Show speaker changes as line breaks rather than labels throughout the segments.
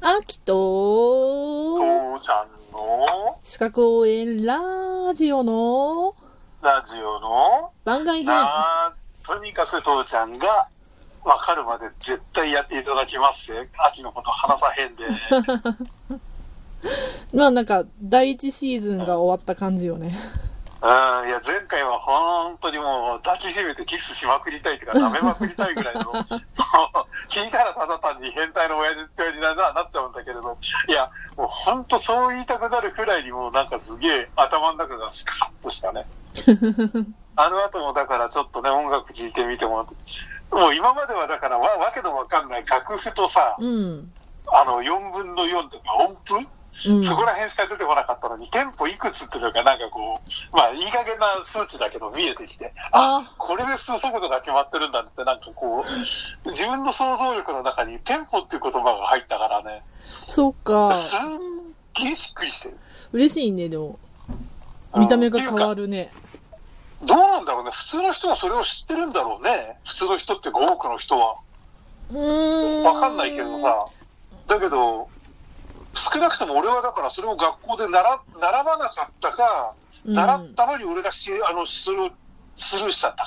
秋と、
父ちゃんの
四角応援ラジオの
ラジオの、
番外編。
なとにかく父ちゃんが分かるまで絶対やっていただきますって、秋のこと話さへんで。
まあなんか、第一シーズンが終わった感じよね。
うん、いや、前回は本当にもう抱きしめてキスしまくりたいとか、舐めまくりたいぐらいの、 もう聞いたらただ単に変態の親父ってようになななっちゃうんだけれど、いや、もう本当そう言いたくなるくらいにもうなんかすげえ頭の中がスカッとしたね。あの後もだからちょっとね、音楽聴いてみてもらって、もう今まではだからわわけのわかんない楽譜とさ、
うん。
あの、4分の4とか音符
うん。
そこら辺しか出てこなかったのに、テンポいくつっていうのがなんかこう、まあいい加減な数値だけど見えてきて、あ、これで数速度が決まってるんだってなんかこう、自分の想像力の中にテンポっていう言葉が入ったからね、
そうか。
すんげえしっくりしてる。
嬉しいね、でも。
うん
見た目が変わるね。
どうなんだろうね、普通の人はそれを知ってるんだろうね。普通の人っていうか多くの人は。
うーん。
わかんないけど。さ、だけど、少なくとも俺はだからそれを学校で習習わなかったか、
うん
習ったのに俺がし、あの、スルー、スルーしちゃっ た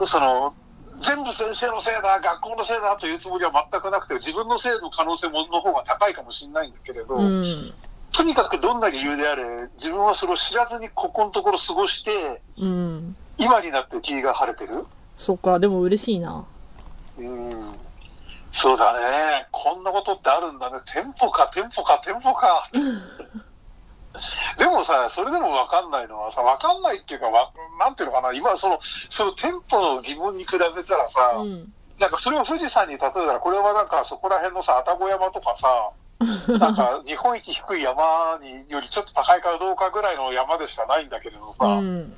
かその、全部先生のせいだ、学校のせいだというつもりは全くなくて、自分のせいの可能性もの方が高いかもしれないんだけれど、
うん。
とにかくどんな理由であれ、自分はそれを知らずにここのところ過ごして、
うん。
今になって気が晴れてる
そうか、でも嬉しいな。
うんそうだね。こんなことってあるんだね。テンポか、テンポか、テンポか。 でもさ、それでも分かんないのはさ、分かんないっていうか、わなんていうのかな、今その、そのテンポの疑問に比べたらさ、
うん。
なんかそれを富士山に例えたら、これはなんかそこら辺のさ、愛宕山とか さ、なんか日本一低い山によりちょっと高いかどうかぐらいの山でしかないんだけれどさ、
うん。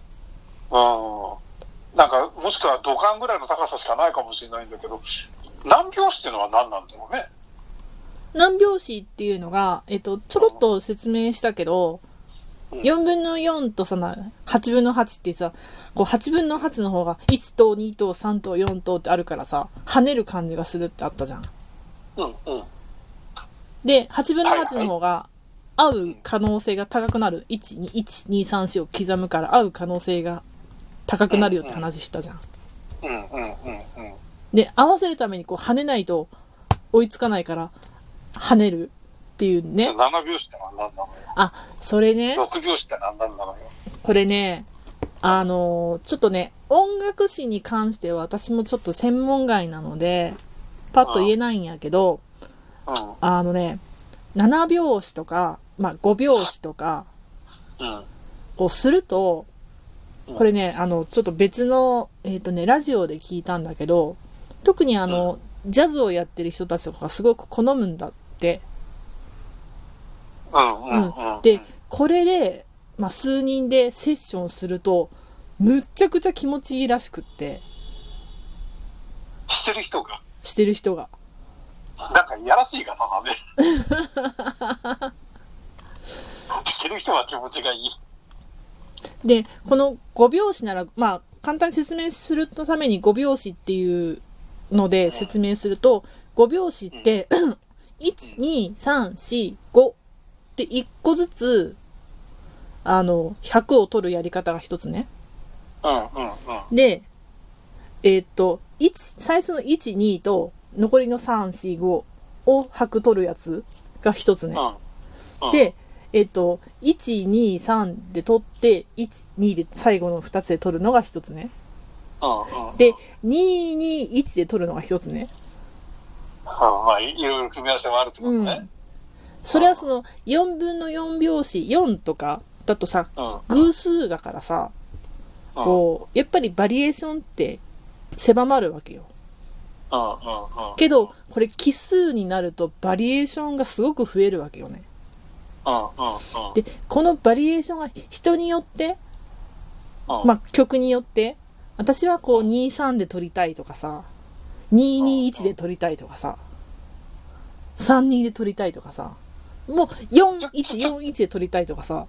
うんなんか、もしくは土管ぐらいの高さしかないかもしれないんだけど、何拍子っていうのは何なんだろうね。
何拍子っていうのが、えっと、ちょろっと説明したけど、
うん
4分の4とさ、な8分の8ってさ、こう8分の8の方が1と2と3と4とってあるからさ、跳ねる感じがするってあったじゃん。
うん、うん。
で、8分の8の方が合う可能性が高くなる。1、2、1、2、3、4を刻むから合う可能性が高くなるよって話したじゃん。
うん、うん、うん、うん。
で、合わせるためにこう跳ねないと追いつかないから、跳ねるっていう
じゃ
ね
あ。7拍子って何なんだろ
あ、それね
う。よ。6拍子って何なんだろうよ。
これね、あのーちょっとね、音楽史に関しては私もちょっと専門外なので、パッと言えないんやけど、
うん、
あのね、7拍子とか、まあ5拍子とか、
うん、
こうすると、
うん
これね、あの、ちょっと別の、えっ、とね、ラジオで聞いたんだけど、特にあの、ジャズをやってる人たちとかがすごく好むんだって。
うん、うん、うん。
で、これで、まあ数人でセッションすると、むっちゃくちゃ気持ちいいらしくって、
してる人が、
してる人が。
なんかいやらしい方だね。 してる人は気持ちがいい。
で、この5拍子なら、まあ、簡単に説明するために5拍子っていうので説明すると、5拍子って、1、2、3、4、5って1個ずつ、あの、100を取るやり方が一つね。
うん、うん、うん。
で、えーっと、1、最初の1、2と、残りの3、4、5を100取るやつが一つね。
うん、
で、えっと、1、2、3で取って、1、2で最後の2つで取るのが1つね。
うん、うん。
で、2、2、1で取るのが1つね。
うん、まあ、いいろいろ組み合わせもあるってことね。
それはその4分の4拍子、4とかだとさ、
うん、うん。
偶数だからさ、こう、やっぱりバリエーションって狭まるわけよ。
うん、うん、うん。
けど、これ奇数になるとバリエーションがすごく増えるわけよね。
うん、うん、うん。
で、このバリエーションが人によって、
うん
まあ、曲によって、私はこう23で撮りたいとかさ、221で撮りたいとかさ、32で撮りたいとかさ、もう4141で撮りたいとかさ、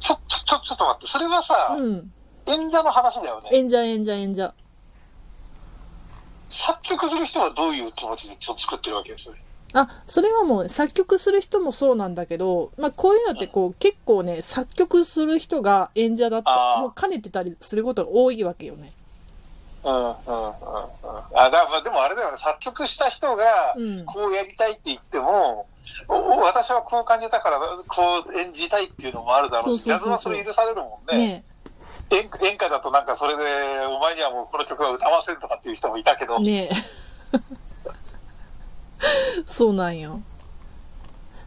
ちょ、ちょ、ちょ、ちょっと待って。それはさ、
うん。
演者の話だよね。
演者演者演者。
作曲する人はどういう気持ちで作ってるわけですよ。
あ、それはもう作曲する人もそうなんだけど、まあこういうのってこう結構ね、作曲する人が演者だった
あー
もう兼ねてたりすることが多いわけよね。
うんうんうんうん。あ、だまあでもあれだよね、作曲した人が
うん、
こうやりたいって言っても、おお私はこう感じたから、こう演じたいっていうのもあるだろうし、ジ
そうそうそうそう
ャズはそれ許されるもんね。
ね
演演歌だとなんかそれで、お前にはもうこの曲は歌わせるとかっていう人もいたけど、
え、ねえ。そうなんよ。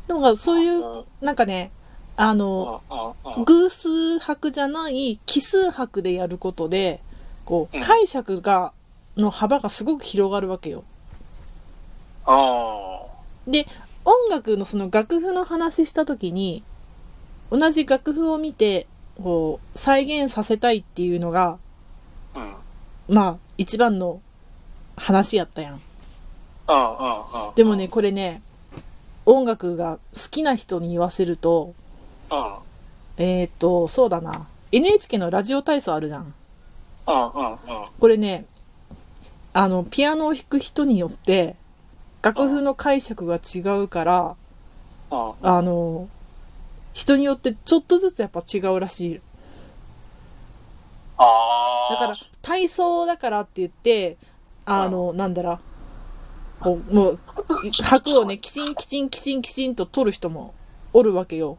だからそうい
うんうん
う、なんかね、あの、
うんうん
偶数拍じゃない奇数拍でやることでこう
うん
解釈がの幅がすごく広がるわけよ。で音楽のその楽譜の話した時に同じ楽譜を見てこう再現させたいっていうのが
うんうん
まあ一番の話やったやん。
うんうんうん
でもねこれね音楽が好きな人に言わせると
うんうん
えっ、とそうだな NHK のラジオ体操あるじゃん。
うんうん
これねあのピアノを弾く人によって楽譜の解釈が違うから
うん
あの人によってちょっとずつやっぱ違うらしい
あー
だから体操だからって言ってあのなんだろうこうもう 拍をねきちんきちんきちんきちんと取る人もおるわけよ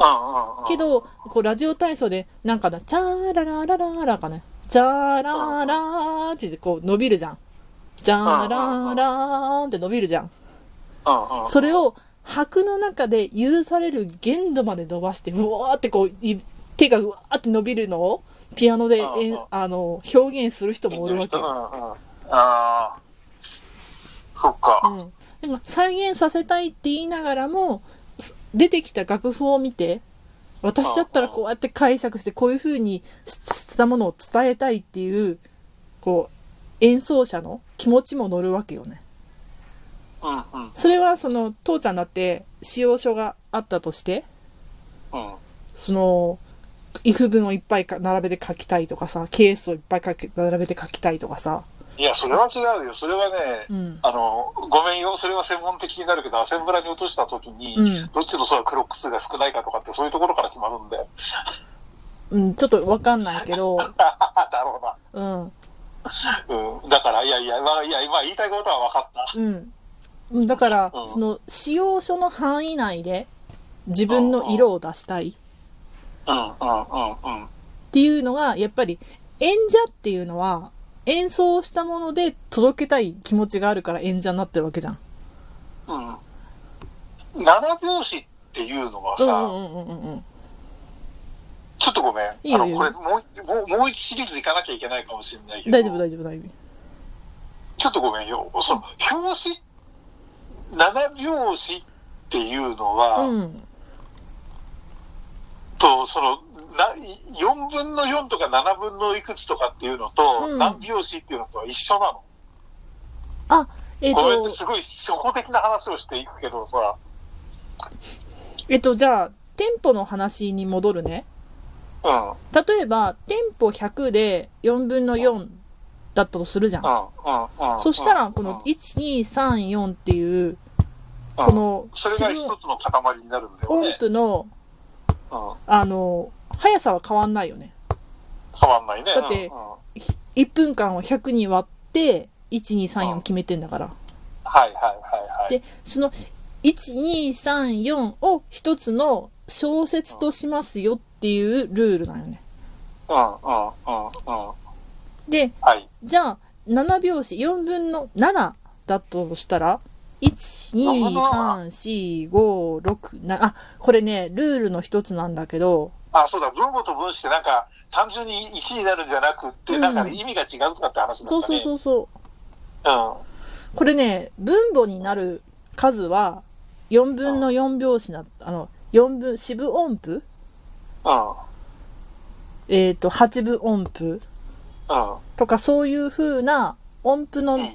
うんうんうん
けどこうラジオ体操でなんかな「チャーラララララ」かね「チャーララー」ってこう伸びるじゃん「チャーララーン」って伸びるじゃん
うんうん
それを拍の中で許される限度まで伸ばしてうわーってこうい手がうわーって伸びるのをピアノでえ
うん
あの表現する人もおるわけ
うん
よ、
うん、ああ、そっか。
うん、でも再現させたいって言いながらもす出てきた楽譜を見て私だったらこうやって解釈してこういう風にししたものを伝えたいっていうこう演奏者の気持ちも乗るわけよね。
うんうん
それはその父ちゃんだって使用書があったとして
うん
その、if 文をいっぱいか並べて書きたいとかさ、ケースをいっぱい書き並べて書きたいとかさ。
いや、それは違うよ。それはね、
うん。
あの、ごめんよ。それは専門的になるけど、アセンブラに落とした時に、
うん
どっちのそうクロック数が少ないかとかって、そういうところから決まるん で。
うん、ちょっとわかんないけど、
だろう
うん。
な。うん。だから、いやいや、まあ、いや、今言いたいことは分かった。
うん。だから
う、ん
その、使用書の範囲内で自分の色を出したいっ
うんうんうんうん。
ていうのが、やっぱり演者っていうのは、演奏したもので届けたい気持ちがあるから演者になってるわけじゃん。
うん。7拍子っていうのは
う
さ、
んうんうんうんうん。
ちょっとごめん。
いいよ
あ
いい
の、
よ
これもう一、もう、もう一シリーズ行かなきゃいけないかもしれないけど。
大丈夫大丈夫大丈夫。
ちょっとごめんよ。その、表紙、七拍子っていうのは、
うん。
と、その、な4分の4とか7分のいくつとかっていうのと、
うん
何拍子っていうのとは一緒なの。
あ、えっ、
ごめんね、
と、
すごい初歩的な話をしていくけどさ、
えっと、じゃあ、テンポの話に戻るね。
うん、うん、うん、うん、
例えば、テンポ100で4分の4だったとするじゃん。
うん。
そしたら、
うん
この、1234っていう、
うん
こ、の、
それが一つの塊になるんだよ
音
ね。
符の、
うん、
あの、速さは変わんないよね。
変わんないね。
だって
うんうん
1分間を100に割って、1234決めてんだから。
はいはいはいはい。
で、その、1234を一つの小説としますよっていうルールなんよね。
うん、うん、うん、うん。
で、
はい。
じゃあ、7拍子、4分の7だったとしたら、
なるほど
1,2,3,4,5,6,7あ、これね、ルールの一つなんだけど、
あ、そうだ、分母と分子ってなんか、単純に1になるんじゃなくって、
うん
なんか意味が違うとかって話だった
そう
ね。。
そうそううそう。
うん。
これね、分母になる数は、4分の4拍子な、あの、4分、四分音符
うん。
えっ、と、8分音符
うん。
とか、そういう風な音符の、
うん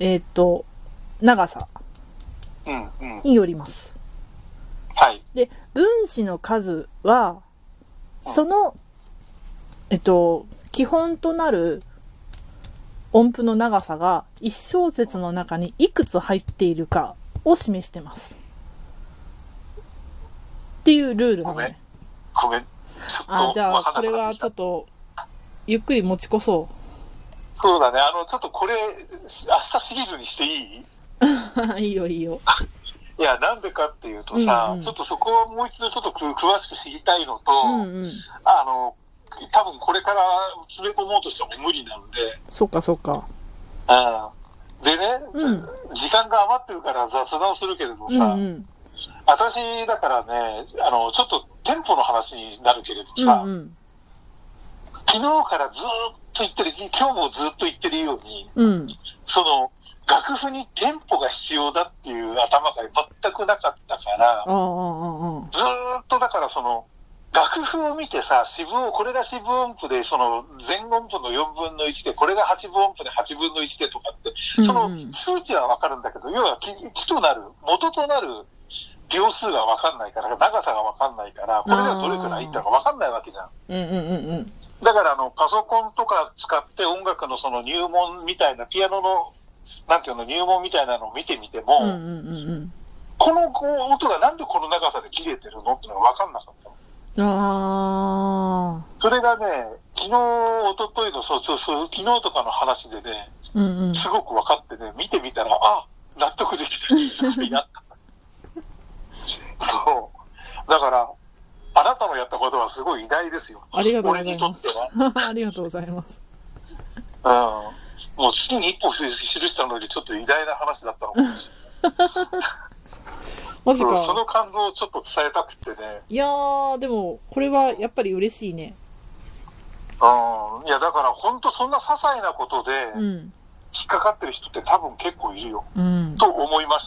えっ、と、長さ
うん。うん。
によります。
はい。
で、分子の数は、その、えっと、基本となる音符の長さが1小節の中にいくつ入っているかを示してます。っていうルールなのね。
ごめん。ちょ
あ
っ
じ
と、
ゃあ
わかん
これ
なくなっ
は
てき
ちょ
た
っ。とゆっくり持ち越そ。
そうだね。あの、ちょっとこれ、明日シリーズにしてい いう
いいよいいよ。
いや、なんでかっていうとさ、
うんうん
ちょっとそこをもう一度ちょっとく詳しく知りたいのと、
うんうん。
あの、多分これから詰め込もうとしても無理なので、
そっかそっか。
うん。でね、
うん
時間が余ってるから雑談をするけれど
うんう
さ、
ん。
私、だからね、あの、ちょっとテンポの話になるけれど
う
さ、
んうん。
昨日からずーっと言ってる、今日もずーっと言ってるように、
うん。
その、楽譜にテンポが必要だっていう頭が全くなかったか
あ、
ら
あああああ。
ずーっとだからその、楽譜を見てさ、四分音、これが四分音符で、その、全音符の4分の1で、これが八分音符で8分の1でとかって、そ
うんうん
の数字はわかるんだけど、要は基基となる、元となる秒数がわかんないから、長さがわかんないから、これがどれくらいってのがわかんないわけじゃん。
うんうんうんうん。
だからあの、パソコンとか使って音楽のその入門みたいな、ピアノの、なんていうの、入門みたいなのを見てみても、
うんうんうん
このこう音がなんでこの長さで切れてるのってのがわかんなかったの。
うん。ああ。
それがね、昨日、一昨日の、そうそうそう、昨日とかの話でね、
うんうん。
すごく分かってね、見てみたら、あ、納得できた。すごい な。そう。だから、あなたのやったことはすごい偉大ですよ。
ありがとうございま
俺にとっ
ありがとうございます。
ては。うん。もう月に一歩記したのよりちょっと偉大な話だったのかもし
マジ
れない。そ
か。
の感動をちょっと伝えたくてね。
いやー、でも、これはやっぱり嬉しいね。
うん。いや、だから本当そんな些細なことで
うん。
引っかかってる人って多分結構いるよ。
うん。
と思いました。